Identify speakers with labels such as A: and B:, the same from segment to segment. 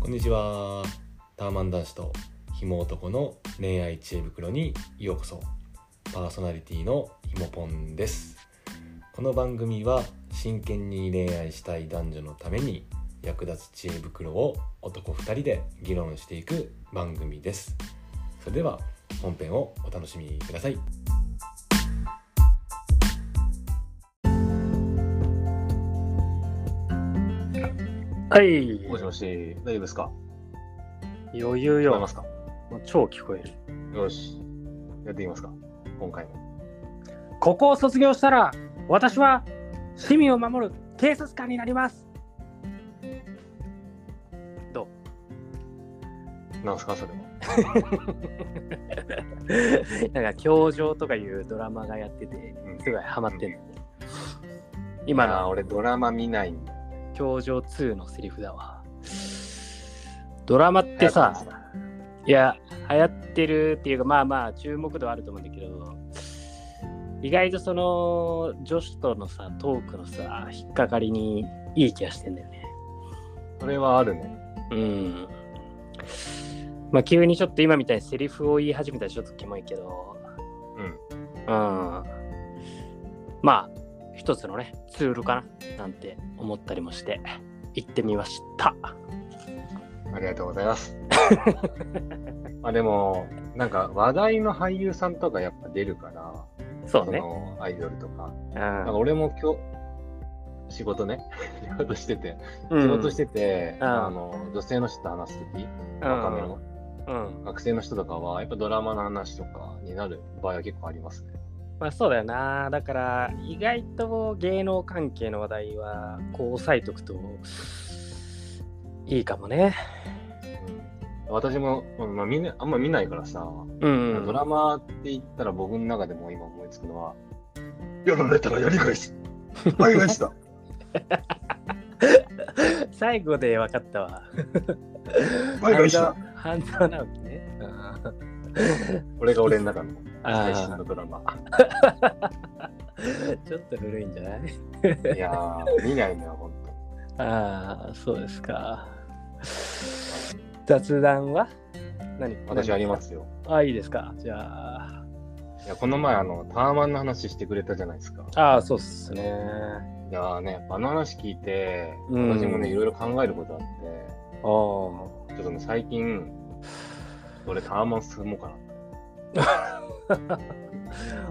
A: こんにちはターマン男子とひも男の恋愛知恵袋にようこそパーソナリティのひもぽんですこの番組は真剣に恋愛したい男女のために役立つ知恵袋を男2人で議論していく番組ですそれでは本編をお楽しみください
B: はい。
C: もしもし、大丈夫ですか
B: 余裕
C: 聞こえま
B: よ。
C: すか
B: もう超聞こえる。
C: よし。やっていきますか今回も。
B: ここを卒業したら、私は市民を守る警察官になります。
C: なんすかそれは。
B: なんか、教場とかいうドラマがやってて、
C: うん
B: すごいハマってんのよね。今
C: あー、
B: の
C: 俺ドラマ見ないんだ。
B: 教場2のセリフだわ。ドラマってさ、
C: 流行って
B: いや、流行ってるっていうか、まあまあ、注目度はあると思うんだけど、意外とその女子とのさ、トークのさ、引っかかりにいい気がしてんだよね。
C: ますそれはあるね。
B: うん。まあ、急にちょっと今みたいにセリフを言い始めたらちょっとキモいけど、
C: うん。
B: うん。まあ、一つのね、ツールかななんて思ったりもして、行ってみました。
C: ありがとうござい ます。まあでも、なんか話題の俳優さんとかやっぱ出るから、
B: そうね。
C: のアイドルとか。
B: う
C: なんか
B: ん。
C: 俺も今日、仕事ね。仕事してて。
B: う
C: 仕
B: ん
C: 事してて、
B: うん
C: あの、女性の人と話すとき、若めの
B: うん。うん
C: 学生の人とかは、やっぱドラマの話とかになる場合は結構ありますね。
B: まあそうだよな。だから意外と芸能関係の話題はこう押さえとくといいかもね。
C: うん私も、まあ、みんなあんま見ないからさ、
B: うん。
C: ドラマって言ったら僕の中でも今思いつくのは、やられたらやり返 す。やり返した。
B: 最後で分かったわ。
C: バイバイした
B: 半沢半沢直樹ね。
C: 俺が俺の中の最新
B: あ
C: のドラマ。
B: あ、ちょっと古いんじゃない
C: いやー、見ないな、ほんと。
B: ああ、そうですか。雑談は何。
C: 私ありますすよ。
B: あ、いいですか。じゃあ。
C: いや、この前、あの、ターマンの話してくれたじゃないですか。
B: ああ、そうっすね。
C: いやーね、あの話聞いて、
B: うん
C: 私もね、いろいろ考えることあっ
B: ああ。
C: て、ちょっとね、最近、俺ターマン進もうかな。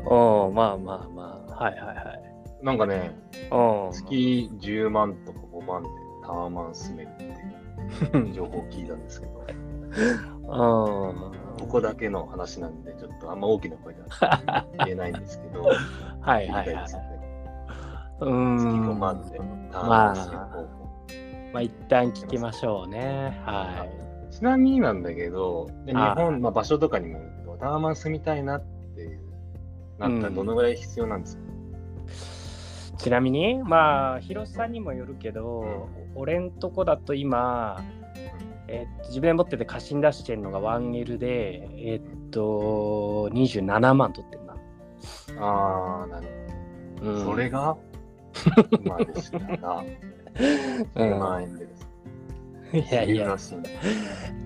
B: おおまあまあまあ。はいはいはい。
C: なんかね、
B: おお。
C: 月10万とか5万でタワマン住めるっていう情報を聞いたんですけど、
B: うん。
C: ここだけの話なんで、ちょっとあんま大きな声では言えないんですけど、 聞
B: はい
C: きた
B: はいいは
C: で
B: い
C: す。よね。
B: うーん。
C: 月5万でタワマン住める方法。
B: まあ一旦聞きましょうね。は
C: ちなみになんだけど、で日
B: あ
C: 本、まあ、場所とかにもよると、タワマン住みたいなっていう、なったらどのぐらい必要なんですか、
B: い。ちなみに、まあ、広さにもよるけど、俺んとこだと今、えっと自分で持ってて貸しに出してるのが 1L で、えっと、27万取ってるな。
C: ああ、なるほど。
B: うん
C: それが、今です から、10万円でです。
B: うんいやい
C: いい
B: や、
C: らしいんだ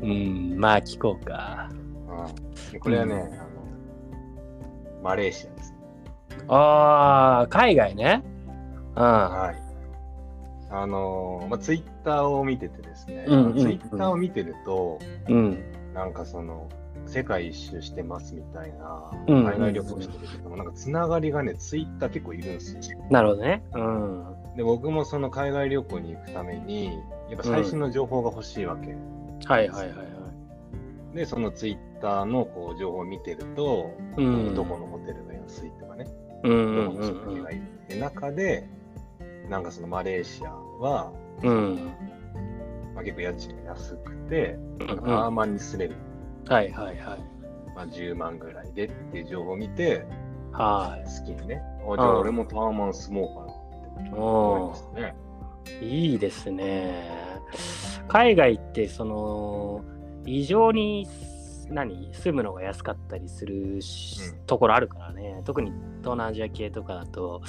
B: うん、まあ聞こうか。
C: うんこれはね、あのマレーシアですね。
B: ああ、海外ね。うん。
C: はい。あのーまあ、ツイッターを見ててですね、
B: うんうんうん
C: ツイッターを見てると、
B: うん。
C: なんかその、世界一周してますみたいな、
B: うん
C: 海外旅行してるけども、なんかつながりがね、ツイッター結構いるんですよ。
B: なるほどね。うん。
C: で、僕もその海外旅行に行くために、やっぱ最新の情報が欲しいわけ。
B: はいはいはいはい。
C: で、そのツイッターのこう情報を見てると、
B: うん
C: どこのホテルが安いとかね、
B: う
C: どこ
B: んうん
C: の
B: う
C: 食事
B: ん
C: がいいって中で、なんかそのマレーシアは、
B: うん。うん。
C: まあ、結構家賃が安くて、
B: うん
C: ア
B: うん
C: ーマンにすれる、
B: はいはいはい。
C: まあ、10万ぐらいでっていう情報を見て、
B: は
C: 好きにね、あじゃあ俺もタワーマン住もうかなって思いましたね。
B: い。いいですね。海外ってその異常に何住むのが安かったりするし
C: うん
B: ところあるからね。特に東南アジア系とかだと、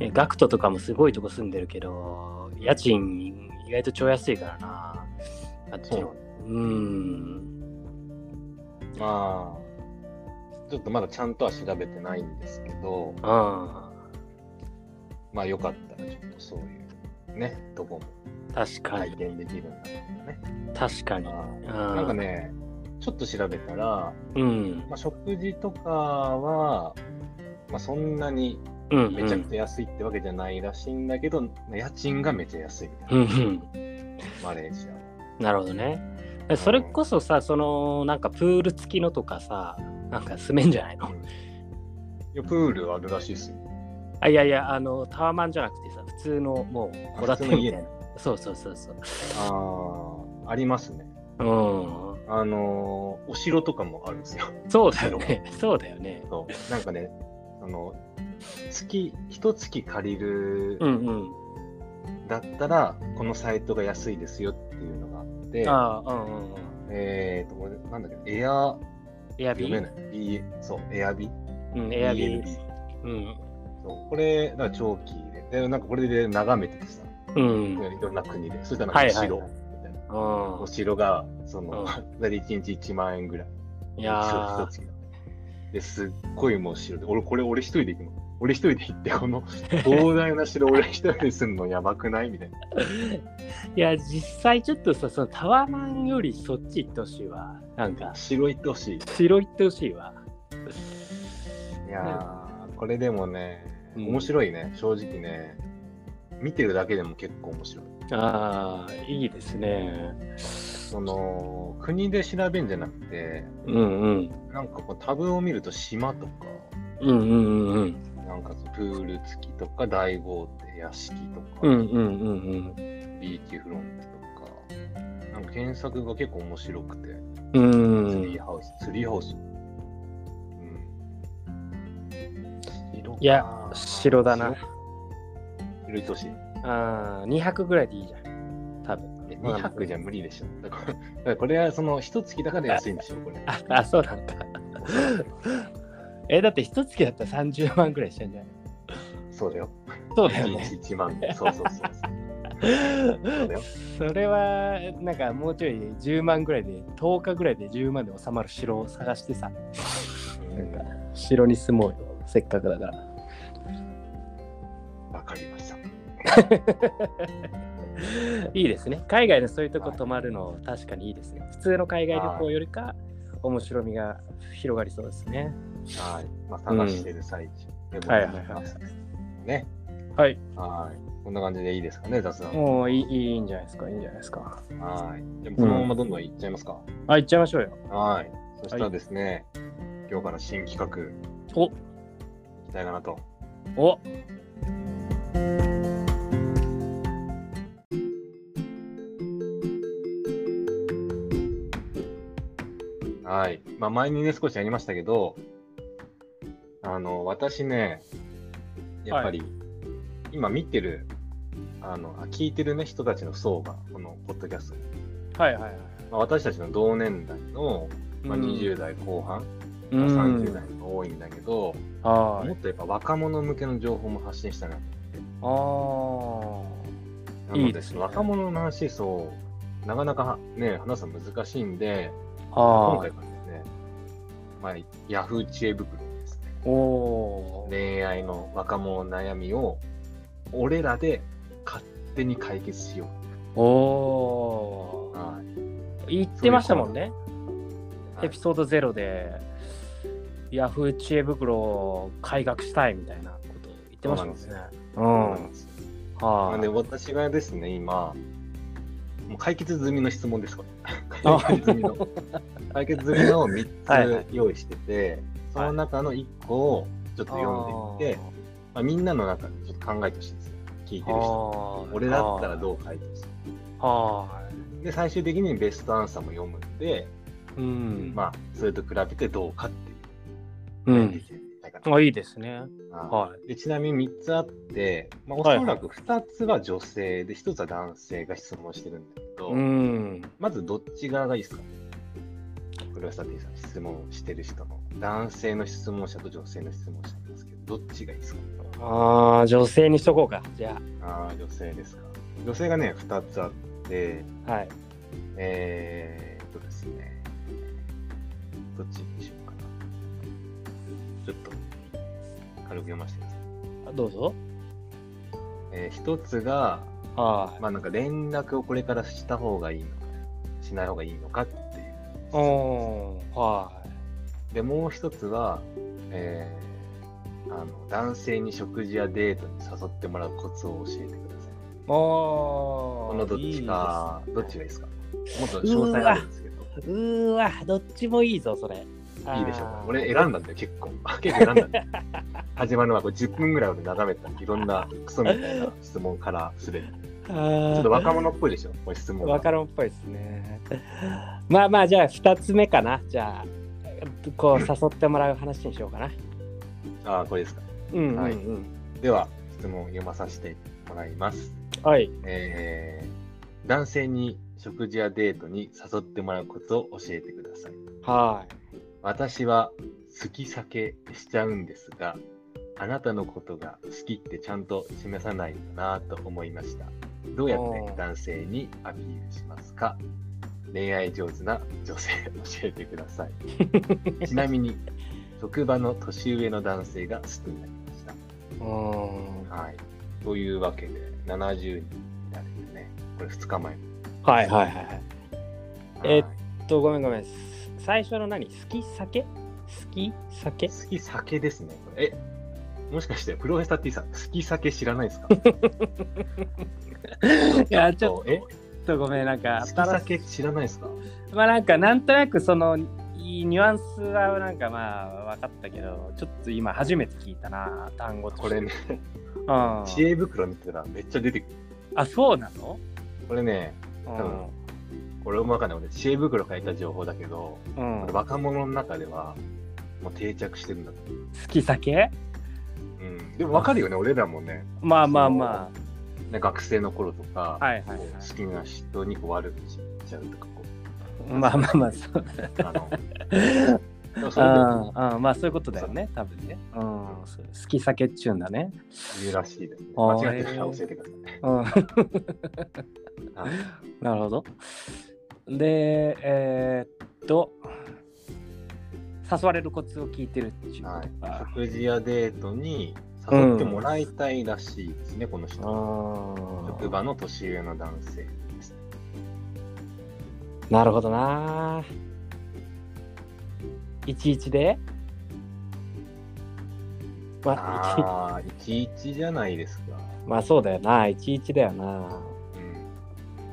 B: えガクトとかもすごいとこ住んでるけど、家賃意外と超安いからな。あっち
C: そうな
B: の
C: んだ
B: うん
C: まあ、ちょっとまだちゃんとは調べてないんですけど、
B: あ
C: まあよかったらちょっとそういうね、とこも
B: あ確か
C: 体
B: に
C: 験できるんだと思うね。
B: 確かに
C: はい
B: ああ
C: なんかね、ちょっと調べたら、
B: うん
C: まあ、食事とかは、まあ、そんなに
B: うん
C: めちゃくちゃ安いってわけじゃないらしいんだけど、家賃がめちゃ安いみた
B: う
C: い
B: んう
C: な、
B: ん
C: マレーシア
B: なるほどねそれこそさそのなんかプール付きのとかさなんか住めんじゃない
C: は
B: の
C: うんいやプールあるらしいっすよ。
B: あいやいやあのタワマンじゃなくてさ普通のもう戸建てみたいなそうそうそうそう
C: ああ、ありますね。
B: う
C: あのーお城とかもあるんですよ。
B: んそうだよね そうだよね
C: そうなんかね、あの、月、一月借りる
B: うんうん
C: だったら、このサイトが安いですよっていうのがあって、
B: ああうんうんうん
C: えっ、と、俺、なんだっけ、エア、
B: エアビ
C: 読め
B: ー
C: ない。B、そう、エアビ。
B: うんエアビ
C: B
B: ーうん
C: そうこれ、だから長期で、でなんかこれで眺めててさ、
B: うん
C: いろんな国で、そしたらなんかお城、
B: はい
C: みたいな。
B: うん
C: お城が、その、
B: うん
C: だいたい1日1万円ぐらい。
B: いや
C: 一
B: ー
C: 月だですっごいもう城で、俺、これ俺一人で行くの。俺一人で行って、こ の膨大な城俺一人でするのやばくないみたいな。
B: いや実際ちょっとさそのタワマンよりそっち行ってほしいわなんか
C: 城行ってほしい。い
B: 城行ってほしいわ
C: やー、これでもね、
B: うん
C: 面白いね、正直ね。見てるだけでも結構面白い。
B: ああいいですね
C: その、国で調べんじゃなくて、
B: うんうん
C: なんかこうタブを見ると島とか、
B: うんうんうん
C: なんかそのプール付きとか、大豪邸、屋敷とか、
B: うんうんうんうん
C: ビーチフロントとか、なんか検索が結構面白くて、
B: う
C: ツ
B: ん
C: リー
B: い
C: ハウス、ツリーハウス。うん。白か
B: いや白だな。
C: 白い都市。
B: あー200ぐらいでいいじゃん多分
C: え2泊じゃ無理でしょ。だから、だからこれはその一月だから安いんでしょ、こ れ。
B: ああそうなんだえだって一月だったら30万ぐらいしちゃうんじゃない
C: そうだよ。
B: そうだよね
C: 1日1万。そうそうそうそう。だよ
B: それはなんかもうちょい10万ぐらいで10日ぐらいで10万で収まる城を探してさ
C: うん
B: なんか城に住もうよせっかくだから
C: わかりました。
B: いいですね海外のそういうとこ泊まるの確かにいいですね普通の海外旅行よりか面白みが広がりそうですね
C: はい。まあ、探してる最中でございます。ね。
B: はい
C: はい。こんな感じでいいですかね、雑談。
B: もういいいいいいんじゃないですかいいんじゃないですか
C: はい。じゃあ、このままどんどんいっちゃいますか。
B: あ行っちゃいましょうよ
C: はい。そしたらですね、今日から新企画、
B: お
C: いきたいかなと。
B: お
C: はい。まあ、前にね、少しやりましたけど、あの、私ね、やっぱり、今見てる、あの、あ聞いてるね、人たちの層が、このポッドキャスト。
B: はいはいはい
C: まあ、私たちの同年代の、まあ、
B: うん
C: 20代後半、
B: うん
C: 30代が多いんだけど、
B: は
C: も
B: い
C: っとやっぱ若者向けの情報も発信したいなと。
B: あー
C: なの
B: い
C: で、
B: いですね
C: 若者の話、そう、なかなかね、話すの難しいんで、今
B: あ
C: 回
B: ー
C: からですね、まあ、ヤフー知恵袋ですね。
B: おー
C: 恋愛の若者の悩みを、俺らで勝手に解決しよ
B: お
C: う。
B: ー
C: はい
B: 言ってましたもんね
C: はい
B: エピソード0で、ヤフー知恵袋を改革したいみたいなことを言ってましたもんね。う
C: そうなん
B: ん。
C: ですなんで、
B: は
C: 私がですね、今、もう解決済みの質問です、これ。
B: あ
C: 解決済みの。解決済みのを
B: はいは
C: 3
B: い
C: つ用意してて、その中の1個をちょっと
B: い。
C: 読んでみて、まあ、みんなの中でちょっと考えてほしいんですよ。聞いてる人。
B: あ
C: 俺だったら
B: う
C: どう解決す
B: は
C: るで、最終的にベストアンサーも読むんで、
B: い。うん。
C: まあ、それと比べてどうかっていう
B: う
C: のをで
B: ん。
C: きるんじゃないかな
B: あ、いいですね。
C: はい
B: はい。
C: でちなみに3つあって、まあ、おそ
B: はい
C: らく2つは女性で、1つは男性が質問してるんだけど、
B: うん。
C: まずどっち側がいいですかこれはさてさん、質問してる人の、男性の質問者と女性の質問者なんですけど、どっちがいいですか
B: ああ、女性にしとこうか。じゃ
C: ああ、女性ですか。女性がね、2つあって、
B: あ。はい。
C: えーっとですね、どっちにしようかな。ちょっと、軽く読ませてください。
B: あどうぞ。
C: えー一つが、
B: はい。
C: まあなんか連絡をこれからした方がいいのか、しない方がいいのかっていう。
B: おーは
C: で、もう一つは、えーあの男性に食事やデートに誘ってもらうコツを教えてください。
B: い。お
C: こ
B: ー
C: のどっちか、どっちがいいですかもっと詳細あるんですけど。
B: いいですうーわ、どっちもいいぞ、それ。い
C: いいでしょうか。俺選んだんだよ、結構。結構選んだんだよ。始まる前、これ10分ぐらい俺眺めてた。いろんなクソみたいな質問からすでに。ち
B: ち
C: ょ
B: ょ
C: っと若者っぽいでしょ、これ質問が。
B: 若者っぽいですね。まあまあ、じゃあ2つ目かな。じゃあ、こう誘ってもらう話にしようかな。
C: ああ、これですか。
B: うん、
C: はい
B: うん。
C: では、質問を読まさせてもらいます。
B: はい。
C: えー、男性に食事やデートに誘ってもらうコツを教えてください。
B: はい。
C: 私は好き避けしちゃうんですが、あなたのことが好きってちゃんと示さないんだなと思いました。どうやって男性にアピールしますか恋愛上手な女性 教えてください。 ちなみに、職場の年上の男性が好きになりました。
B: うん
C: はい。というわけで、70人になるんでね、これ2日前。
B: はいはいはいはい。え
C: はい
B: えっと、ごめんごめん。す最初の何好き酒好き酒
C: 好き酒ですね。これえ、もしかしてプロフェスタ T さん、好き酒知らない ですか
B: いや、ちょ
C: え
B: っとごめん、なんか、
C: 好き
B: 新し
C: 酒知らないですか
B: いまあなんか、なんとなくその、いいニュアンスはなんかまあ分かったけど、ちょっと今初めて聞いたな、単語として
C: これね、
B: うん、
C: 知恵袋見てたらめっちゃ出てくる。
B: あ、そうなの
C: これね、
B: うん。
C: 俺もわかんない。俺、知恵袋書いた情報だけど、
B: うん、好
C: 若者の中ではもう定着してるんだと思う。
B: き酒
C: うん。でもわかるよね、俺らもね、
B: まあまあま
C: ね学生の頃とか、
B: あ。はいはいは
C: こ
B: い。
C: う好きな人にこう悪口言っちゃうとか、こ
B: まあまあまあ、そう。
C: う、あの、 でもそれでも
B: うんうんまあそういうことだよね、多分ね。うん。そう好き酒っちゅうんだね。
C: 言うらしいですね。
B: あー
C: 間違ってたら教えてくだ
B: うん。
C: さい。はい
B: なるほど。で、えーっと、誘われるコツを聞いてるっていうこ
C: は
B: と
C: い、
B: か。
C: 食事やデートに誘ってもらいたいらしいですね、この人。職場の年上の男性ですね。
B: うんなるほどな。いちいちでまあ、いち
C: ああ、いちいちじゃないですか。
B: まあそうだよな、いちいちだよな。
C: うんま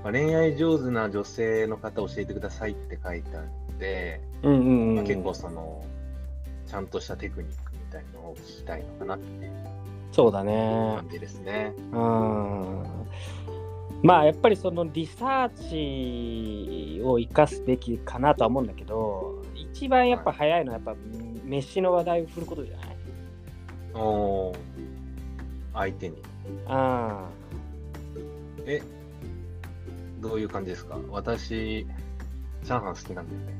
C: あ、恋愛上手な女性の方教えてくださいって書いてあるので、
B: うんうん、うん
C: まあ、結構その、ちゃんとしたテクニックみたいのを聞きたいのかなっていう
B: そうだね。
C: 感じですね。
B: うん。まあやっぱりそのリサーチを生かすべきかなとは思うんだけど、一番やっぱ早いのはやっぱ飯の話題を振ることじゃない
C: おー相手に。
B: あ
C: え、どういう感じですか私、チャーハン好きなんだよね。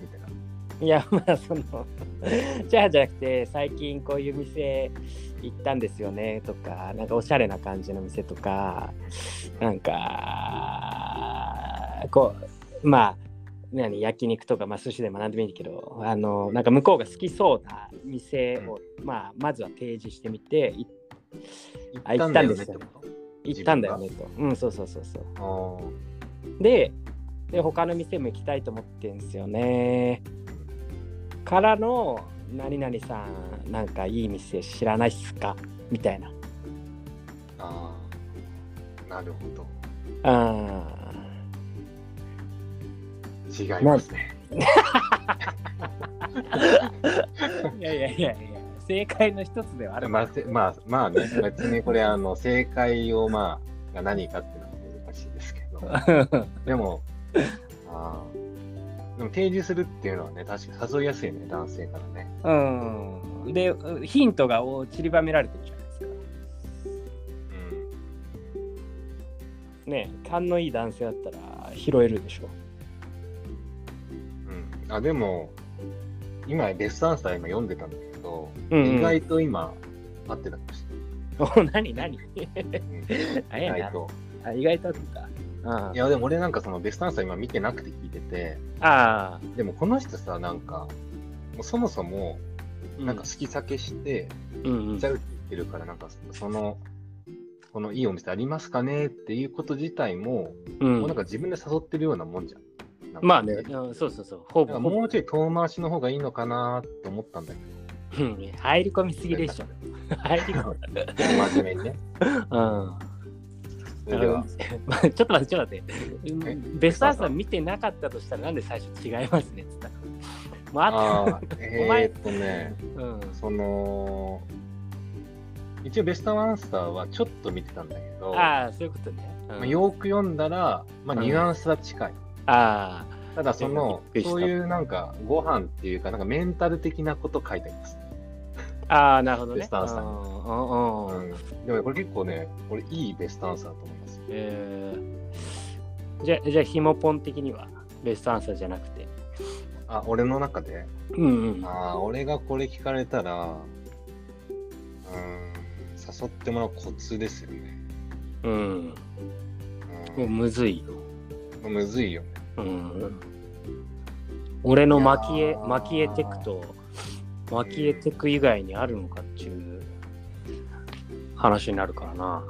C: みたいな。
B: あ。いやまあそのじゃあじゃなくて最近こういう店行ったんですよねとかなんかおしゃれな感じの店とかなんかこうまあ何焼肉とか、まあ、寿司でも何でもいいけどあのなんか向こうが好きそうな店を、まあ、まずは提示してみていあ行ったんですよ
C: 行ったんだよねって
B: 行ったんだよねと。うんそうそうそうそう
C: こと
B: でで他の店も行きたいと思ってんですよねからの「何々さんなんかいい店知らないっすか?」みたいな
C: あーあーなるほど。
B: あ
C: 違いますね。
B: ーいやいやいやいや正解の一つではある
C: まあ、せまあ、まあね、別にこれ、あの、正解を、まあ、が何かっていうのは難しいですけど、 でも、あーでも提示するっていうのはね、確かに誘いやすいね、男性からね。
B: うんでヒントがお散りばめられてるじゃないですか。
C: うん。
B: ね勘のいい男性だったら拾えるでしょ。
C: うん、あ、でも、今、ベストアンサー今読んでたんだけど、
B: うんうん
C: 意外と今、合ってたかもし
B: お何何
C: れない。うん意
B: 早いな
C: 外と。
B: あ意外とあった。あ
C: いや、でも俺なんかそのベストアンサー今見てなくて聞いてて、
B: あ
C: でもこの人さ、なんか、もうそもそも、
B: ー。
C: なんか好き避けして、
B: うんうん
C: ちゃうって言ってるから、なんかその、このいいお店ありますかねっていうこと自体も、
B: うん
C: もうなんか自分で誘ってるようなもんじゃん。なんか
B: まあね、うんそうそうそう、ほ
C: な
B: ぼ
C: んか
B: ほぼ
C: もうちょい遠回しの方がいいのかなと思ったんだけど。
B: うん入り込みすぎでしょ。入り込み。
C: 真面目にね。
B: うん
C: それでは、
B: まあ ちょっと待って、ちょっと待ってう
C: え
B: ん。ベストアンサー見てなかったとしたら、なんで最初違いますねって言ったのもうあ
C: あ
B: っ
C: あ、えーっとね、
B: た。うん。
C: その、一応ベストアンサーはちょっと見てたんだけど、
B: ああ、そういうことね。うん
C: まあ、よく読んだら、まあ、
B: うん
C: ニュアンスは近い。
B: ああ、
C: ただその
B: びっくりした
C: そういうなんかご飯っていうかなんかメンタル的なこと書いてあります、
B: ああ、なるほどね。
C: ベストアンサー
B: うんうんうん
C: うん、でもこれ結構ねこれいいベストアンサーだと思います
B: えーじゃあ、じゃあ、ひもポン的にはベストアンサーじゃなくて。
C: あ俺の中で
B: うんうん。
C: あー俺がこれ聞かれたらうーん誘ってもらうコツですよね、
B: うん。
C: う
B: もうんむずいよ。
C: むずいよね
B: うん。俺の巻き
C: い
B: 絵、
C: やー
B: 巻き絵テクと、巻き絵テク以外にあるのかっていう話になるからな。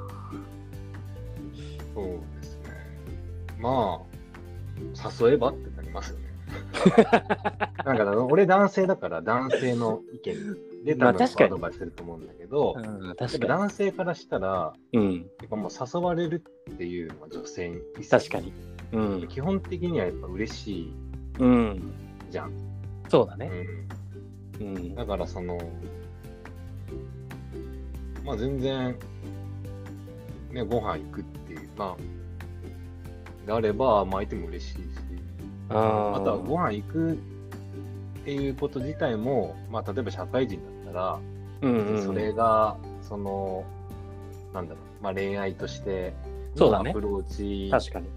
C: そうですねまあ誘えばってなりますよ ねなんかあの俺男性だから男性の意見で
B: まあ
C: 多分
B: 確かに
C: アドバイスすると思うんだけど、
B: うん、
C: やっ
B: 確
C: ぱ
B: か
C: 男性からしたら、
B: に。うん、
C: やっぱもう誘われるっていうのは女性に
B: 確かに。うん、
C: 基本的にはやっぱ嬉しい
B: うん。
C: じゃん。
B: そうだね。
C: う
B: うん
C: ん、。だからその、まあ全然、ね、ご飯行くっていう、まあ、であれば、まあ相手も嬉しいし、
B: あ
C: あとは
B: ー
C: ご飯行くっていうこと自体も、まあ例えば社会人だったら、
B: うん
C: 別
B: う
C: に
B: ん
C: それが、その、なんだろう、まあ、恋愛として
B: そう
C: の
B: だ
C: ア
B: ね
C: プローチ
B: 確かに。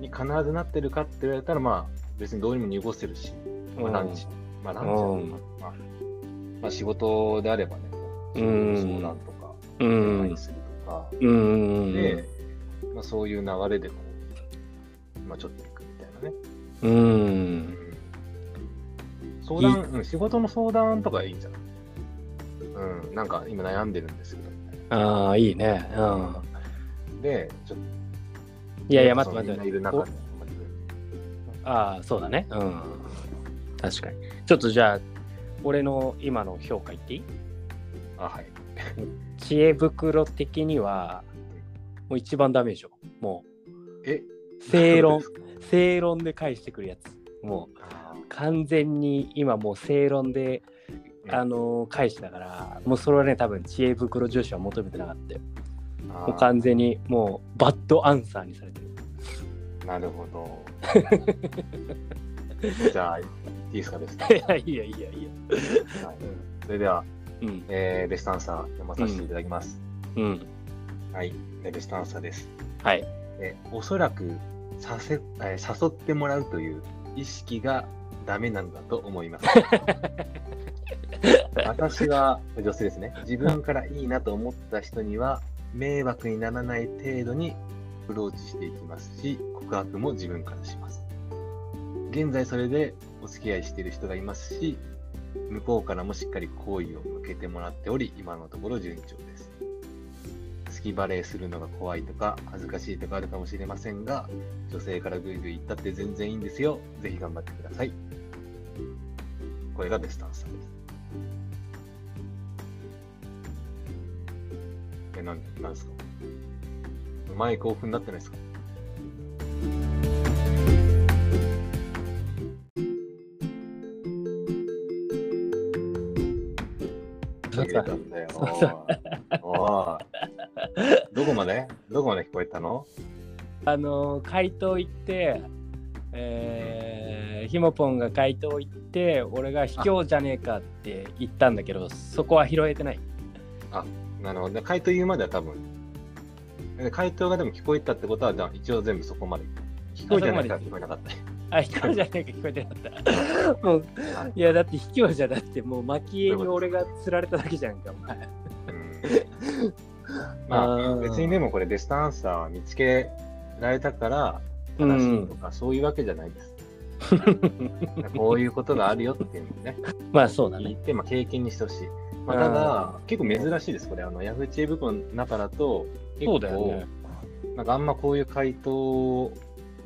C: に必ずなってるかって言われたら、まあ、別にどうにも濁せるし、まあ、ランチ、まあ、ランチだ
B: うん
C: まあまあ、仕事であればね、
B: うん
C: 相談とか、
B: う
C: 恋
B: ん
C: 愛。するとか、
B: うん。
C: で、まあ、そういう流れでこう、まあ、ちょっと行くみたいなね。
B: うん。
C: 相談うん、仕事の相談とかいいんじゃないうん、なんか今悩んでるんですけど、みたいな
B: ああ、いいね。うん。
C: で、ちょっと。
B: いやいや、待って待って
C: みんない
B: 待
C: る中
B: って
C: で。。
B: おああ、そうだね。うん。確かに。ちょっとじゃあ、俺の今の評価言っていい
C: あ、はい。
B: 知恵袋的には、もう一番ダメでしょ。も
C: え
B: う、正論
C: そ、
B: 正論で返してくるやつ。もう、
C: あ
B: 完全に今もう正論で、
C: うん
B: あのー返したから、もうそれはね、多分知恵袋女子は求めてなかったよ。
C: ー
B: もう完全に、もう、バッドアンサーにされてる。
C: なるほ ど。じゃあ、いいですか、ベスト。
B: いやいやいやいや。
C: はいそれでは、
B: うん。
C: えーベストアンサー読まさせていただきます。
B: うん。
C: はい、でベストアンサーです。
B: はい。
C: えーおそらくさせ、えー誘ってもらうという意識がダメなんだと思います。私は女性ですね。自分からいいなと思った人には迷惑にならない程度にアプローチしていきますし、告白も自分からします。現在それでお付き合いしている人がいますし、向こうからもしっかり好意を向けてもらっており、今のところ順調です。好きバレーするのが怖いとか恥ずかしいとかあるかもしれませんが女性からグイグイ言ったって全然いいんですよぜひ頑張ってくださいこれがベストアンサーですえなんなんですかマイクオフになってないですか
B: そう
C: 切れたんだよ おいどこまでどこまで聞こえたの
B: あのー回答行って、えー、ひもぽんが回答行って、俺が卑怯じゃねえかって言ったんだけど、そこは拾えてない。
C: なるほど。回答言うまでは多分。で回答がでも聞こえたってことは、じゃあ一応全部そこまで。聞こえてないから聞こえなかった。
B: あ、卑怯じゃねえか聞こえてなか った。もう、いや、だって卑怯じゃだって、もう蒔絵に俺が釣られただけじゃんか、お前。
C: うんまあ、別にでもこれベストアンサー見つけられたから正しいとか、そういうわけじゃないです。 こういうことがあるよっていうのをね、
B: まあそうだ
C: 言
B: ね。
C: って、まあ、経験にしてほしい。まあ、ただ、結構珍しいです、これ。あの、ヤフー知恵袋の中だと、結
B: そう
C: 構、
B: だよね。
C: なんかあんまこういう回答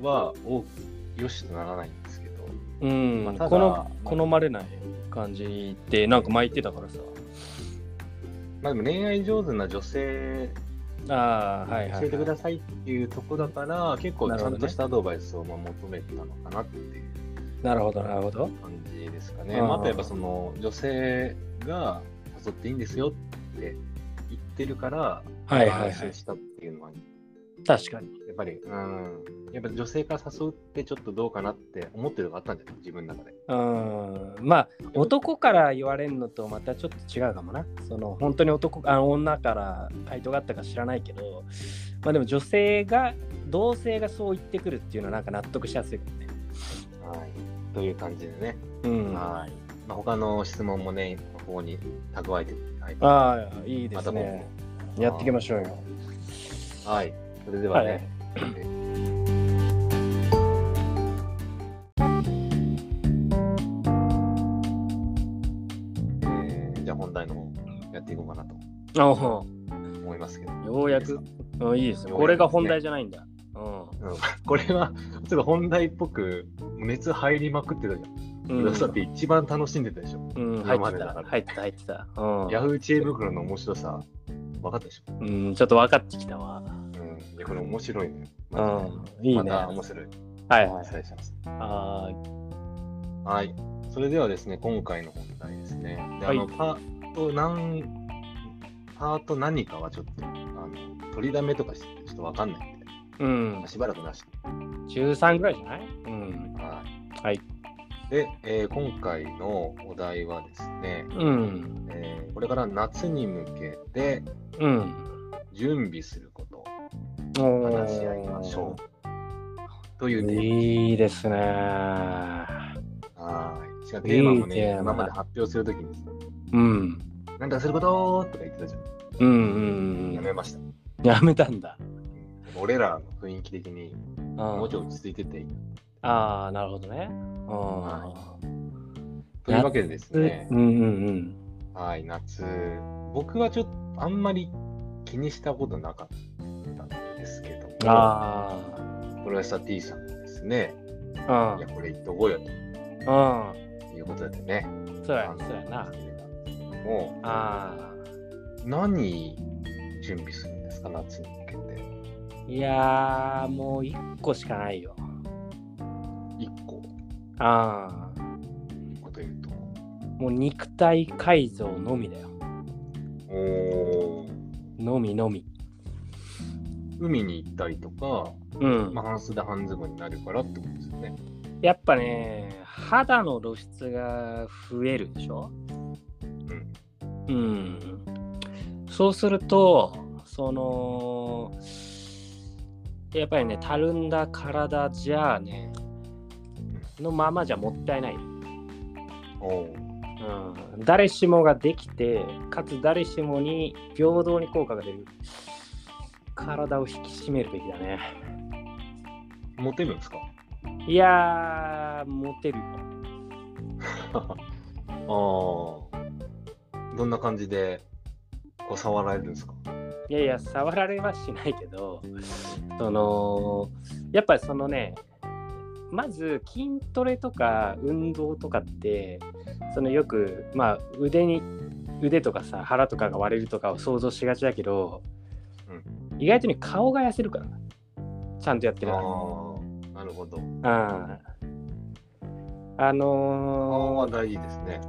C: は、およしとならないんですけど。
B: うん、
C: まあただ
B: こ
C: まあ
B: の好まれない感じでなんか巻いてたからさ。
C: まあでも恋愛上手な女性
B: ああ、はいはい、はい。
C: 教えてくださいっていうとこだから、結構ちゃんとしたアドバイスをまあ求めてたのかなっていう
B: なるほど、なるほど。
C: 感じですかね。
B: あー
C: まあ、あとやっぱその女性が誘っていいんですよって言ってるから、
B: はいはいはい
C: 安心したっていうのは、や
B: 確かに。
C: っぱり、うん、やっぱ女性から誘うってちょっとどうかなって思ってるのがあったんじゃない自分の中で。
B: うん。まあ、男から言われるのとまたちょっと違うかもな。その、本当に男、あ女から回答があったか知らないけど、まあでも女性が、同性がそう言ってくるっていうのはなんか納得しやすいかもね。
C: はい。という感じでね。
B: うん。あ
C: はい。まあ、他の質問もね、ここに蓄えて、はい、
B: あ、いいで
C: ますたこ
B: ね。
C: う
B: やっていきましょうよ。
C: はい。それではね。
B: はい
C: えーじゃあ本題の方やっていこうかなと
B: お
C: 思いますけど。
B: うようやく
C: いい、
B: うん、いいですね。これが本題じゃないんだ。うん。
C: うんこれは、ちょっと本題っぽく熱入りまくってたじゃん。
B: うん、
C: だって一番楽しんでたでしょ。
B: うん、
C: 今
B: 入っ
C: ま
B: て
C: で
B: た
C: だか、ら
B: 入ってた、入ってた。うん、
C: ヤフー知恵袋の面白さ、分かったでしょ。
B: うん、ちょっと分かってきたわ。
C: うん。いや、これ面白いね。
B: う
C: ま
B: ん、いいね。
C: た面白い。
B: はい
C: お
B: はい。
C: 伝えします。
B: あ
C: はい。それではですね、今回の本題ですね。であ
B: はい
C: の、パート何、パート何かはちょっと、あの、取りだめとかして、ちょっとわかんないんで、
B: ーうん
C: まあ、しばらくなし。
B: 13ぐらいじゃないうん。
C: はい。
B: はい
C: で、えー今回のお題はですね、
B: うん。
C: えーこれから夏に向けて
B: うん。
C: 準備すること
B: お
C: を
B: ー
C: 話し合いましょう。というテー
B: いいですね。
C: マ。はい。しかもテーマも
B: いいテ
C: ね、
B: ーマ
C: 今まで発表するときに、
B: うん。
C: なんかすることとか言ってたじゃん。
B: うんうん
C: や
B: うん
C: めました。
B: やめたんだ。
C: 俺らの雰囲気的に
B: うん
C: もうちょい落ち着いてていい。
B: ああ、なるほどね。うん
C: はというわけでですね
B: う、んうん
C: はい、夏、僕はちょっとあんまり気にしたことなかったんですけども、
B: うん。あ
C: プロレスラー T さんがですね、
B: あ。
C: いや、これ言っとこうよ
B: うん。うん。
C: ということでね、
B: そう
C: あ
B: や、
C: の
B: そうやな。
C: 決めたんですけども、
B: ああ。
C: 何準備するんですか、夏に向けて。
B: いやー、もう1個しかないよ。
C: 1個、
B: ああ、
C: 1個というと。
B: もう肉体改造のみだよ。
C: おー
B: のみのみ。
C: 海に行ったりとか、
B: うん。
C: まあ、半袖半ズボンになるからってことですよね。
B: やっぱね、肌の露出が増えるでしょ
C: うん。
B: うん。そうすると、その、やっぱりね、たるんだ体じゃあね、のままじゃもったいない。
C: おー
B: うん誰しもができてかつ誰しもに平等に効果が出る体を引き締めるべきだね
C: モテるんですか
B: いやーモテるよ
C: ああ。どんな感じで、こう、触られるんですか
B: いやいや触られはしないけどそのやっぱりそのねまず筋トレとか運動とかってそのよく、まあ、腕に腕とかさ腹とかが割れるとかを想像しがちだけど、意外とね顔が痩せるからちゃんとやってる
C: あ
B: か
C: あ
B: ら。
C: ー、なるほど。
B: あああ
C: 顔は
B: のー
C: 大事ですね。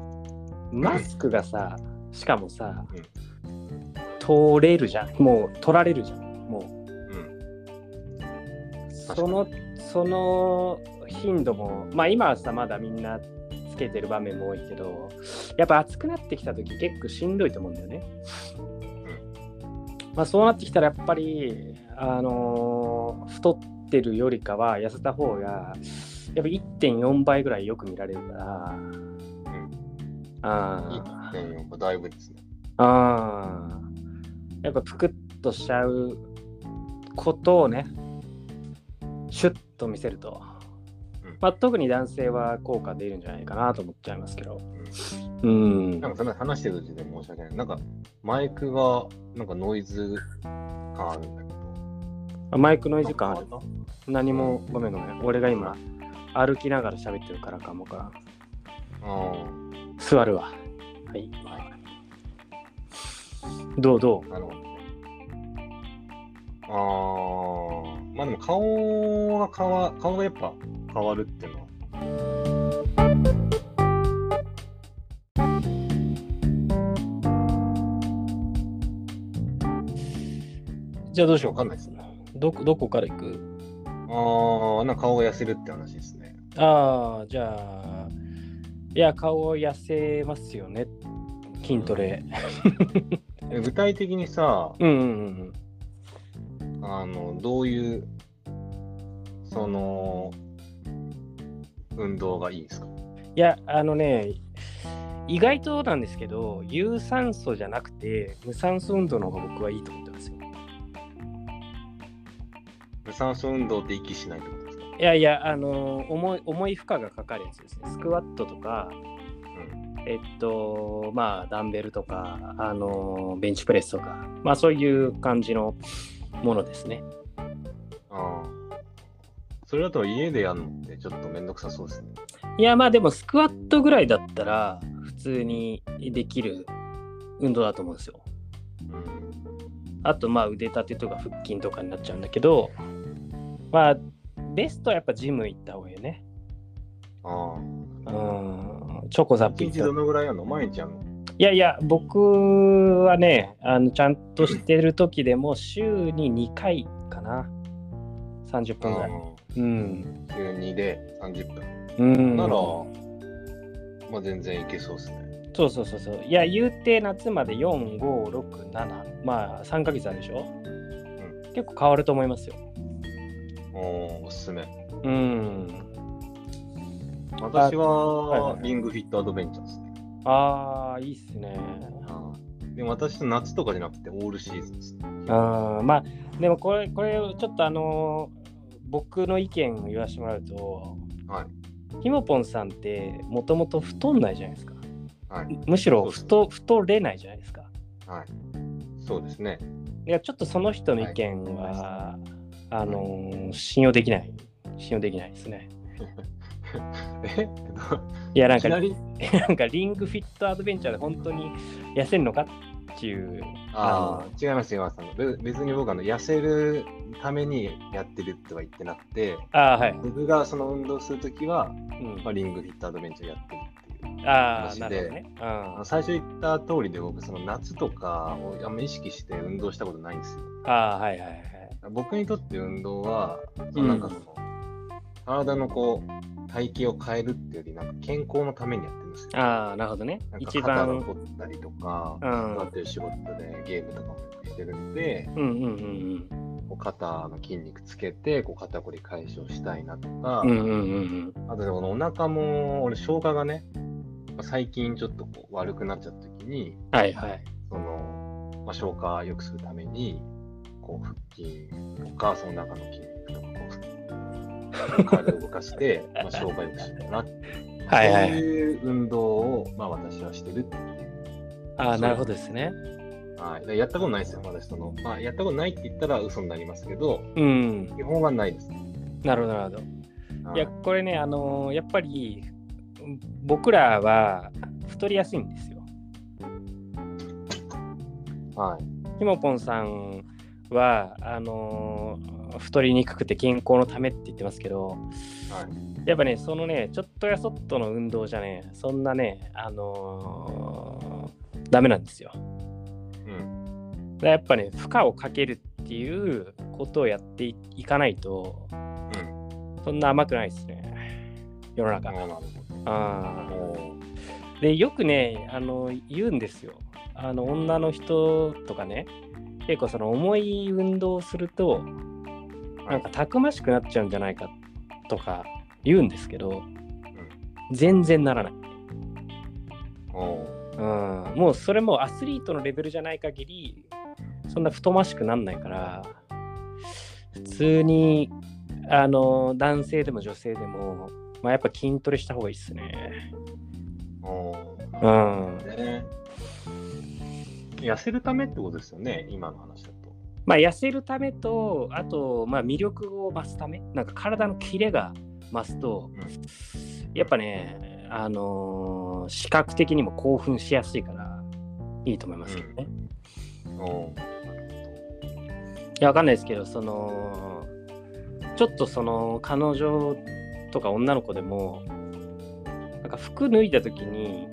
B: マスクがさしかもさ、
C: う
B: 取れるじゃんもう取られるじゃんも
C: うん。
B: う
C: かに
B: そのその頻度もまあ今はさまだみんなつけてる場面も多いけどやっぱ暑くなってきた時結構しんどいと思うんだよね、まあ、そうなってきたらやっぱりあのー太ってるよりかは痩せた方がやっぱ1.4倍ぐらいよく見られるから、あー
C: 1.4個だいぶですね。
B: あーやっぱぷくっとしちゃうことをねシュッと見せると、
C: うん
B: まあ、特に男性は効果出るんじゃないかなと思っちゃいますけどう
C: なん
B: ん
C: かそれ話してる時点で申し訳ない。なんかマイクがなんかノイズ感あるんだけど。
B: あマイクノイズ感ある
C: な
B: 何もごめんごめん俺が今歩きながら喋ってるからかもか
C: うん。
B: 座るわはいどうどう
C: なるほどね。ああ。まあでも顔が変わ、顔がやっぱ変わるっていうのは。
B: じゃあどうしよ
C: わ
B: う
C: か
B: か
C: んないですね。
B: どこどこから行く
C: ああ、なんか顔が痩せるって話ですね。
B: ああじゃあいや顔痩せますよね筋トレ
C: え具体的にさ、
B: うんうんうん
C: あの、どういう、その、運動がいいですか
B: いやあのね意外となんですけど有酸素じゃなくて無酸素運動の方が僕はいいと思ってますよ
C: 無酸素運動って息しないってことですか
B: いやいやあの重い重い負荷がかかるやつですねスクワットとかえっとまあダンベルとかあのベンチプレスとかまあそういう感じのものですね
C: ああ。それだと家でやるのってちょっとめんどくさそうですね。
B: いやまあでもスクワットぐらいだったら普通にできる運動だと思うんですよ
C: うん。
B: あとまあ腕立てとか腹筋とかになっちゃうんだけどまあベストはやっぱジム行った方がいいよね
C: あ
B: うんチョコザ
C: あ。
B: ッ
C: 一
B: プ行っ
C: 日
B: た
C: どのぐらいやるの毎日やるの
B: いやいや僕はねあのちゃんとしてる時でも週に2回かな30分ぐらいうん
C: ああ週2で30分。
B: うん
C: なら、まあ全然いけそうですね。
B: そうそうそうそういや言うて夏まで4567まあ3ヶ月あるでしょ、結構変わると思いますよ
C: おーおすすめ。
B: うん
C: 私
B: はいはい
C: は
B: は、い
C: リングフィットアドベンチャーですね。
B: ああいいっすね
C: ああでも私、夏とかじゃなくてオールシーズンですね。
B: あーまあでもこれこれをちょっとあのー僕の意見を言わせてもらうと、
C: はい
B: ひもぽんさんってもともと太んないじゃないですか
C: はい。
B: むしろ
C: そ
B: 太太れないじゃないですか
C: そうですね。
B: いやちょっとその人の意見は、あのー信用できない信用できないですね
C: え
B: いやなん
C: いき
B: か
C: なり
B: なんかリングフィットアドベンチャーで本当に痩せるのかっていう
C: あ
B: あ
C: あ、違います、違います。あのべ別に僕あの、痩せるためにやってるとは言ってなくて、
B: ああはい、
C: 僕がその運動するときは、
B: うん
C: まあ、リングフィットアドベンチャーやってるっていう。
B: ああ
C: 話
B: なる
C: で
B: ほどね、う
C: あ
B: ん
C: の、最初言った通りで、僕、その夏とかをあんま意識して運動したことないんですよ。
B: ああはいはいはい
C: 僕にとって運動は、そ
B: うん
C: のなんかその、体のこう、体型を変えるっていうより、なんか健康のためにやってるんですよ。
B: ああなるほどね
C: なんか
B: 一
C: 肩
B: 番
C: を凝ったりとか、
B: うん
C: 座ってる仕事でゲームとかもしてるんで、
B: うんうんうん
C: こう肩の筋肉つけてこう肩こり解消したいなとか、
B: うんうんうん
C: あとこのお腹も俺消化がねまあ最近ちょっとこう悪くなっちゃった時に
B: はいはい
C: その、まあ、消化良くするためにこう腹筋とかその中の筋肉とかこう体を動か して、まあ、消化良くしようかなって
B: はいは
C: そう
B: い
C: いう運動を、まあ、私はしてるっていう。
B: ああなるほどですね
C: はい、だからやったことないですよ、私その、まあ、やったことないって言ったら嘘になりますけど、
B: うん
C: 基本はないですね。
B: なるほどなるほどいや
C: は
B: これねあのーやっぱり僕らは太りやすいんですよ
C: はい、
B: ひもぽんさんはあのー太りにくくて健康のためって言ってますけど
C: はい
B: やっぱねそのねちょっとやそっとの運動じゃねそんなねあのーダメなんですよ
C: うん
B: だからやっぱね負荷をかけるっていうことをやっていいかないと
C: うん
B: そんな甘くないですね世の中
C: なるほ
B: あ
C: ど
B: ーでよくねあの言うんですよあの女の人とかね結構その重い運動をするとなんかたくましくなっちゃうんじゃないかとか言うんですけど全然ならない、
C: お
B: うん、もうそれもアスリートのレベルじゃない限りそんな太ましくなんないから普通にあの男性でも女性でも、まあ、やっぱ筋トレした方がいいっすね。
C: お
B: う
C: ー
B: ん。
C: ね痩せるためってことですよね、今の話だと。
B: まあ痩せるためと、あと、まあ、魅力を増すため、なんか体のキレが増すと、やっぱね、あのー視覚的にも興奮しやすいから、いいと思いますけどね。
C: おー
B: いや、わかんないですけど、その、ちょっとその、彼女とか女の子でも、なんか服脱いだときに、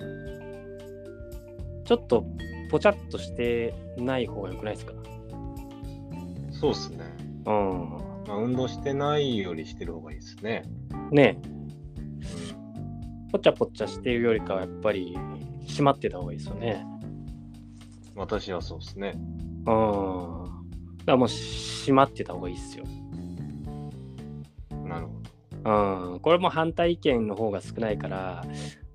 B: ちょっとぽちゃっとしてない方が良くないですか
C: そうですね。
B: うん。
C: まあ、運動してないよりしてる方がいいですね。
B: ねえ、ぽちゃぽちゃしてるよりかは、やっぱり、締まってた方がいいですよね。
C: 私はそうですね。
B: うん。だからもう、締まってた方がいいっすよ。
C: なるほど。
B: うん、これも反対意見の方が少ないから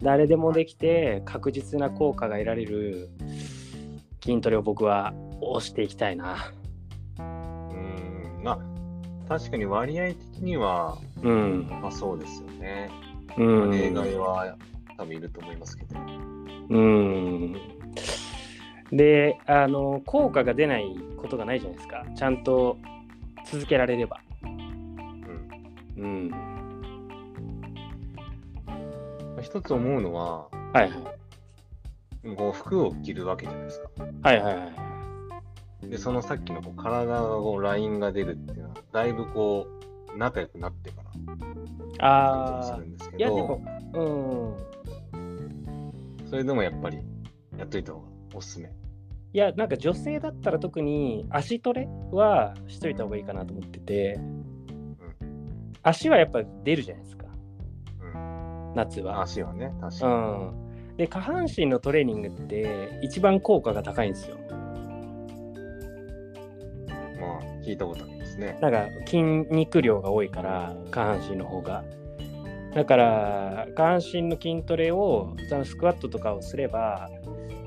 B: 誰でもできて確実な効果が得られる筋トレを僕は推していきたいな。
C: うーん、まあ、確かに割合的には、
B: うん。
C: まあそうですよね。
B: う
C: まあ例外
B: ん。
C: は多分いると思いますけど。
B: うん、であの効果が出ないことがないじゃないですかちゃんと続けられれば。
C: うん
B: うん。
C: まあ一つ思うのは、
B: はい
C: こう服を着るわけじゃないですか。
B: はいはいはいはい。
C: で、そのさっきのこう体がこうラインが出るっていうのは、だいぶこう、仲良くなってから感じが
B: あ
C: す
B: あ
C: るんですけ
B: いやで
C: ど
B: も、うん。
C: それでもやっぱりやっといた方がおすすめ。
B: いや、なんか女性だったら特に足トレはしといた方がいいかなと思ってて、足はやっぱ出るじゃないですか、
C: うん、
B: 夏は。
C: 足はね、確
B: う
C: か
B: ん。で、下半身のトレーニングって一番効果が高いんですよ。
C: に。まあ、聞いたことありますね。
B: なんか筋肉量が多いから、下半身の方が。だから、下半身の筋トレを、そのスクワットとかをすれば、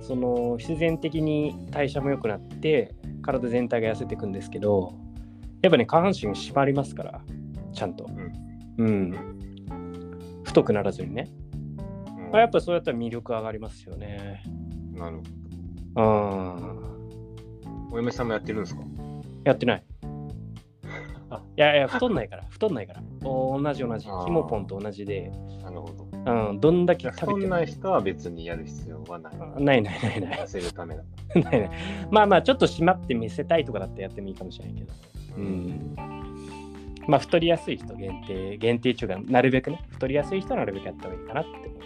B: その必然的に代謝も良くなって、体全体が痩せていくんですけど、やっぱね、下半身締まりますから、ちゃんと。う。
C: うんん
B: 太くならずにね。まあ、やっぱそうやったら魅力上がりますよね。
C: なるほ
B: うん。
C: ど。お嫁さんもやってるんですか
B: やっ てない。いやいや、太んないから、太んないから。お同じ同じ。
C: あー
B: ひもポンと同じで、
C: なるほど。
B: うん、どんだけ
C: そ
B: 食べて
C: ん
B: も。
C: ない人は別にやる必要はない。
B: ないないないない
C: 痩せるためだか
B: ないない。まあまあ、ちょっと締まって見せたいとかだってやってもいいかもしれないけど。
C: ら。
B: う。ん。まあ、太りやすい人限定、限定中が、なるべくね、太りやすい人はなるべくやった方がいいかなって思う。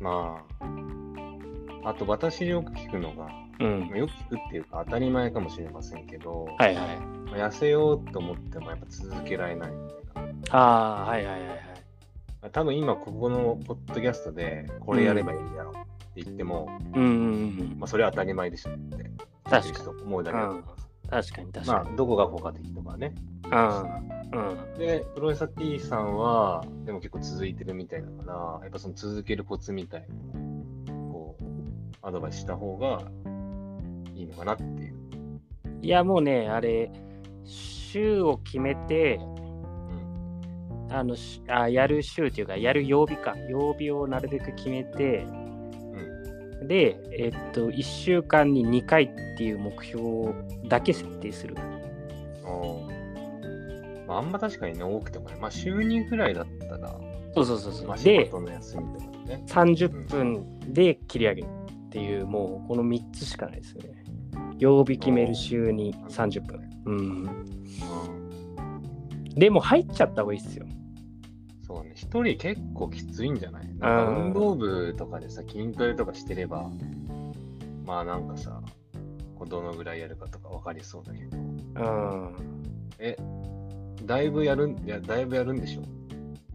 C: まあ、あと私よく聞くのが、
B: うん
C: まあ。よく聞くっていうか当たり前かもしれませんけど、
B: はいはい。
C: まあ痩せようと思ってもやっぱ続けられないみたいな。
B: ああ、はいはいはいは
C: ま
B: い。
C: あ多分今ここのポッドキャストでこれやればいいやろって言っても、
B: うんうんうん
C: まあそれは当たり前でしょって。
B: 確かに
C: に。思うだけだと思います。
B: うん。確かに確
C: ま
B: か
C: あ、どこが効果的とかね。
B: に。うん。うん。
C: で、プロレサ T さんは、でも結構続いてるみたいだから、やっぱその続けるコツみたいな、こう、アドバイスした方がいいのかなっていう。
B: いやもうねあれ週を決めて
C: うん。
B: あのしあやる週というかやる曜日か曜日をなるべく決めて
C: うん。
B: でえっと1週間に2回っていう目標だけ設定する
C: おーまあ、あんま確かにね、多くてもね、まあ、週2ぐらいだったら、
B: そうそうそうそう、
C: まあ、仕
B: で
C: 事の休みとかね。
B: 30分で切り上げるっていうもうこの3つしかないですよね曜日決める週に30分うん
C: うん。
B: でも入っちゃった方がいいっすよ
C: そうね、一人結構きついんじゃないなんか
B: うん
C: 運動部とかでさ、筋トレとかしてれば、まあなんかさ、こうどのぐらいやるかとか分かりそうだけど。
B: うん
C: え、だいぶやるん、いや、だいぶやるんでしょ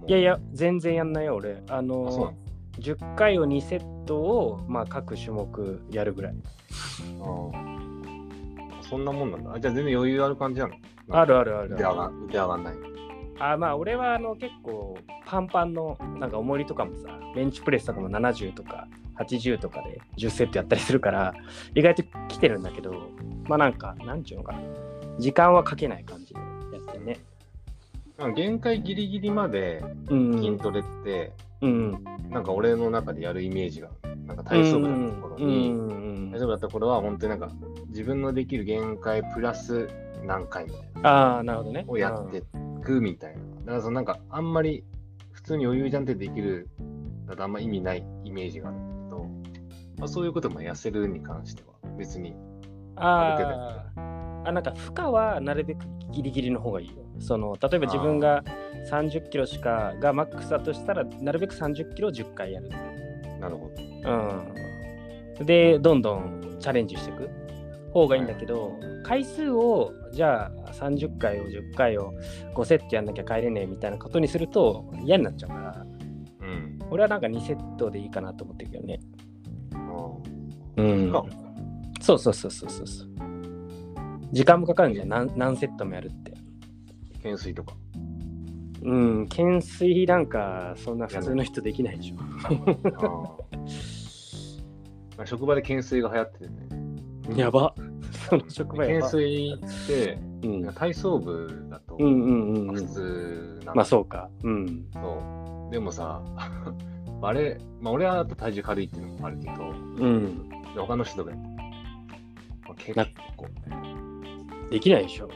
B: いやい
C: や、
B: や全然やんないよ俺あの
C: あそう
B: 10回を2セットを、まあ、各種目やるぐらい。
C: なのあーそんなもんなんだ。あじゃあ全然余裕ある感じなの
B: あるあるあ
C: 腕
B: る
C: 上が腕上がんない。
B: あまあ俺はあの結構パンパンのなんか重りとかもさベンチプレスとかも70とか80とかで10セットやったりするから意外と来てるんだけどまあなんかなんちゅうのかな時間はかけない感じでやってるよね。
C: なんか限界ギリギリまで
B: うんう
C: 筋
B: ん
C: トレって、
B: うん
C: なんか俺の中でやるイメージが、なんか体操部だったところに、
B: うんうん
C: 大丈夫だった頃は本当になんか自分のできる限界プラス何回みたいな
B: ああ、なるほどね。
C: をやってくみたいな。だからそのなんかあんまり普通に余裕じゃんってできるだとあんま意味ないイメージがあるんだけど、まあ、そういうことも痩せるに関しては別に。
B: あーあ、なんか負荷はなるべくギリギリの方がいいよ。その例えば自分が30キロしかがマックスだとしたら、なるべく30キロを10回やる。
C: なるほど。
B: うん、で、どんどんチャレンジしていく方がいいんだけど、回数をじゃあ30回を10回を5セットやんなきゃ帰れねえみたいなことにすると嫌になっちゃうから、
C: うん。
B: 俺はなんか2セットでいいかなと思ってるけどね。
C: あ
B: うん
C: あ
B: そうそうそうそうそうそう。時間もかかるんじゃん何何セットもやるって。
C: 懸垂とか。
B: うん、懸垂なんかそんな普通の人できないでしょ。
C: あー 職場で懸垂が流行ってるね。
B: やば。その職場やば。
C: 懸垂って
B: うん、
C: 体操部だと
B: うんうんうんう
C: 普
B: ん。
C: 通なん
B: ま
C: だ
B: あそうか。うん。
C: そう。でもさ、 あれ、まあ、俺は体重軽いっていうのもあるけど、
B: うん。
C: で他の人が、まあ、結構、
B: できないでしょ。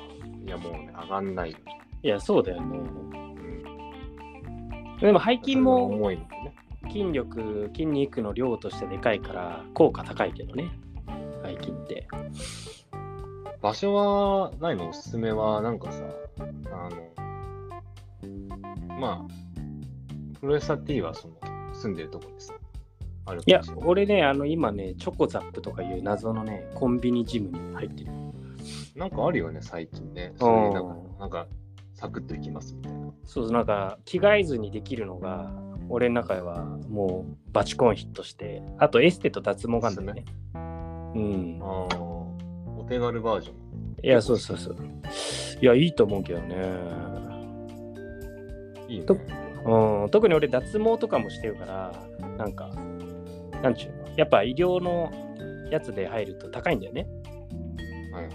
C: いやもうね、上がんないよ。
B: いや、そうだよね。
C: うん
B: でも背筋
C: それ
B: も
C: が重いんだよね。
B: 筋力、筋肉の量としてでかいから効果高いけどね。背筋って。
C: 場所はないのおすすめは、なんかさ、あの、まあ、プロレスター T はその、住んでるところです。ある
B: い
C: か
B: や
C: もしれ、ない。
B: 俺ね、あの今ね、チョコザップとかいう謎のね、コンビニジムに入ってる。
C: なんかあるよね、最近ね。そういうなんか
B: う、
C: なんかサクッといきますみたいな。
B: そうそうなんか着替えずにできるのが俺の中ではもうバチコンヒットしてあとエステと脱毛があるんだよねうん
C: ああ、お手軽バージョン。
B: いやそうそうそういやいいと思うけどね
C: いいね。
B: とうん特に俺脱毛とかもしてるからなんかなんちゅうのやっぱ医療のやつで入ると高いんだよね
C: はいはい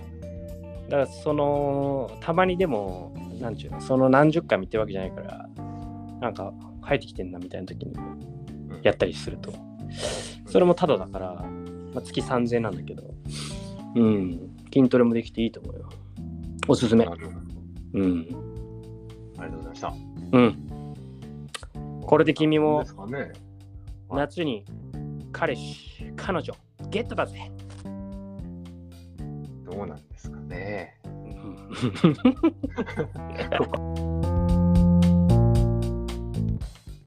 B: だからそのたまにでもなんちゅうのその何十回も行ってるわけじゃないからなんか生えてきてんなみたいな時に
C: うん
B: やったりするとそれもタダだから、まあ、月3000円なんだけど、うん、筋トレもできていいと思うよ。おすすめ
C: な。るほど
B: うん。
C: ありがとうございました。
B: うん。これで君も
C: どうですかね、
B: 夏に彼氏、彼女、ゲットだぜ。
C: どうなんですかね。
B: うん